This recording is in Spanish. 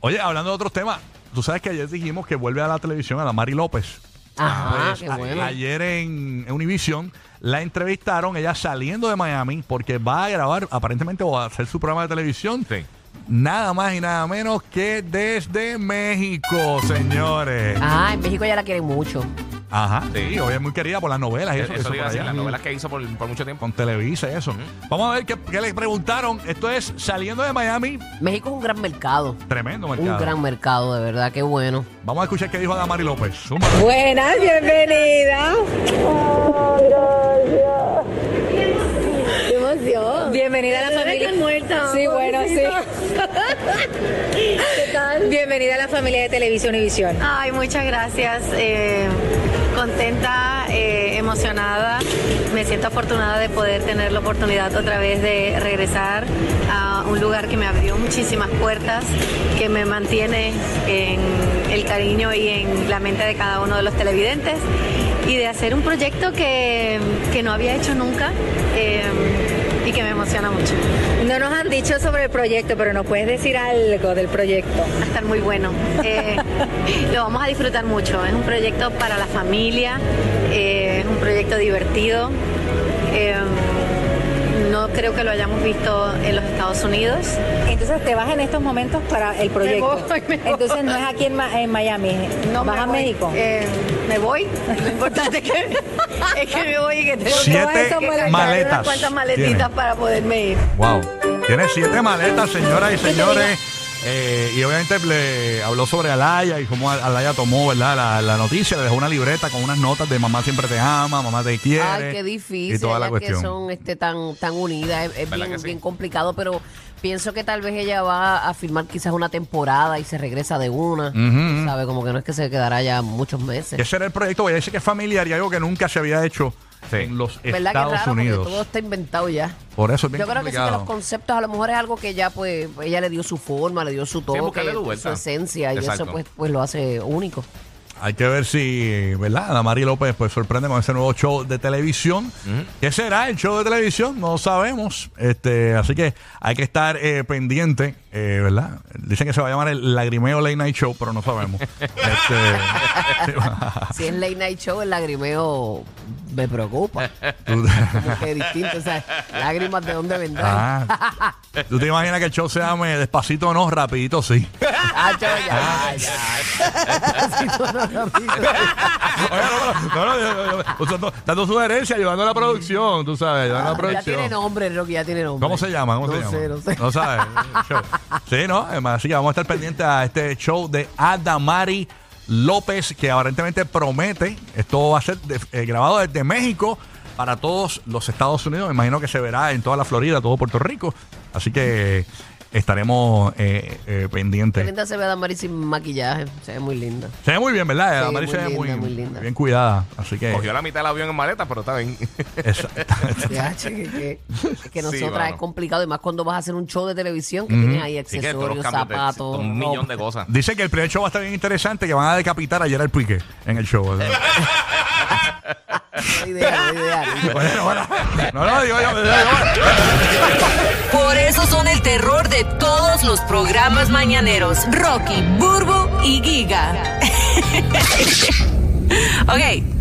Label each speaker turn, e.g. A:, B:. A: Oye, hablando de otros temas, tú sabes que ayer dijimos que vuelve a la televisión a la Mari López.
B: Ajá,
A: Pues,
B: Ah, qué
A: a-
B: bueno.
A: Ayer en en Univision la entrevistaron, ella saliendo de Miami, porque va a grabar, aparentemente, o a hacer su programa de televisión.
C: Sí.
A: Nada más y nada menos que desde México, señores.
B: Ah, en México ya la quieren mucho.
A: Ajá,
C: Sí.
A: sí, hoy es muy querida por las novelas y Ah, eso,
C: Eso,
A: que hizo
C: te iba a
A: por
C: decir,
A: allá.
C: las novelas que hizo por, por mucho tiempo.
A: Con Televisa y eso. Vamos a ver qué, qué le preguntaron. Esto es saliendo de Miami,
B: México es un gran mercado.
A: tremendo
B: Un
A: mercado.
B: gran mercado, de verdad, qué bueno.
A: Vamos a escuchar qué dijo Adamari López. Zumba.
D: Buenas, bienvenida.
E: ¡Qué emoción!
D: Bienvenida a la familia. Sí, bueno, sí.
E: ¿Qué tal?
D: Bienvenida a la familia de Televisión y Visión.
E: Ay, muchas gracias. eh, contenta, eh, emocionada. Me siento afortunada de poder tener la oportunidad otra vez de regresar a un lugar que me abrió muchísimas puertas, que me mantiene en el cariño y en la mente de cada uno de los televidentes y de hacer un proyecto que, que no había hecho nunca eh, y que me emociona mucho.
D: No nos han dicho sobre el proyecto, pero nos puedes decir algo del proyecto.
E: Va a estar muy bueno. Eh, lo vamos a disfrutar mucho. Es un proyecto para la familia, eh, es un proyecto divertido. Eh, no creo que lo hayamos visto en los Estados Unidos.
D: Entonces te vas en estos momentos para el proyecto.
E: voy, me voy.
D: Entonces no es aquí en, Ma- en Miami,
E: No
D: vas
E: me
D: a
E: voy.
D: México.
E: Eh, me voy. Lo importante es que, es que me voy y que tengo
A: Siete
E: todas esas
A: maletas
E: cargar unas cuantas maletitas
A: tiene.
E: para poderme ir.
A: Wow. Tiene siete maletas, señoras y señores. Eh, y obviamente le habló sobre Alaya y cómo Alaya tomó ¿verdad? La, la noticia. Le dejó una libreta con unas notas de mamá siempre te ama, mamá te quiere.
B: Ay, qué difícil.
A: Y toda la
B: ellas que
A: cuestión.
B: son este, tan, tan unidas. Es, es
C: ¿Verdad que
B: bien,
C: sí?
B: bien complicado, pero pienso que tal vez ella va a firmar quizás una temporada y se regresa de una.
A: Ujú.
B: ¿Sabe? Como que no es que se quedará ya muchos meses.
A: Y Ese era el proyecto. Ella dice que es familiar y algo que nunca se había hecho
C: Sí.
A: en los
B: ¿Verdad que es
A: Estados
B: raro?
A: Unidos.
B: Porque todo está inventado ya.
A: Por eso es bien
B: Yo creo que sí, que los
A: complicado.
B: conceptos a lo mejor es algo que ya pues ella le dio su forma, le dio su toque,
C: buscarle tu
B: su
C: vuelta.
B: esencia y eso
C: Exacto.
B: pues, pues lo hace único.
A: Hay que ver si, ¿verdad? Ana María López pues sorprende con ese nuevo show de televisión. ¿Qué será el show de televisión? No sabemos. Este, así que hay que estar eh, pendiente, eh, ¿verdad? Dicen que se va a llamar el Lagrimeo Late Night Show, pero no sabemos. Este,
B: Si es late night show, el lagrimeo me preocupa.
A: tú-
B: Como que distinto, o sea, lágrimas de dónde vendrán.
A: Ah, ¿Tú te imaginas que el show se llame despacito no, rapidito sí?
B: Ah, chaval, ya, ya. Sí, no, no, no,
A: Oye, no, no, no, no, no, no, usando- dando sugerencias, ayudando a la producción, tú sabes, ayudando a la
B: no. Ah, Ya
A: producción.
B: tiene nombre, Rocky, ya tiene nombre.
A: ¿Cómo se llama? ¿Cómo
B: no
A: se llama?
B: Sé, no sé.
A: No sabes. Show. sí, ¿no? Además, Así que vamos a estar pendientes a este show de Adamari López, que aparentemente promete. Esto va a ser de- eh, grabado desde México para todos los Estados Unidos. Me imagino que se verá en toda la Florida, todo Puerto Rico. Así que estaremos eh, eh,
B: Qué
A: pendientes.
B: linda se ve a Damaris sin maquillaje. Se ve muy linda.
A: Se ve muy bien, ¿verdad?
B: Sí,
A: Adamari
B: muy
A: se ve
B: linda,
A: muy,
B: muy linda.
A: bien cuidada. Así que.
C: Cogió la mitad del avión en maleta, pero está bien.
A: Exactamente.
B: Ya, che, que, que- es que
C: Sí,
B: nosotras es
C: mano.
B: complicado, y más cuando vas a hacer un show de televisión que tienes ahí
C: Así que todos los
B: accesorios,
C: cambios de-
B: zapatos.
C: un millón de
B: ropa.
C: cosas.
A: Dice que el primer show va a estar bien interesante, que van a decapitar ayer al pique en el show. ¿verdad?
B: No hay idea, no hay idea.
A: Bueno, bueno. No, no, digo yo, digo yo.
F: Por eso son el terror de todos los programas mañaneros. Rocky, Burbu y Giga. ok,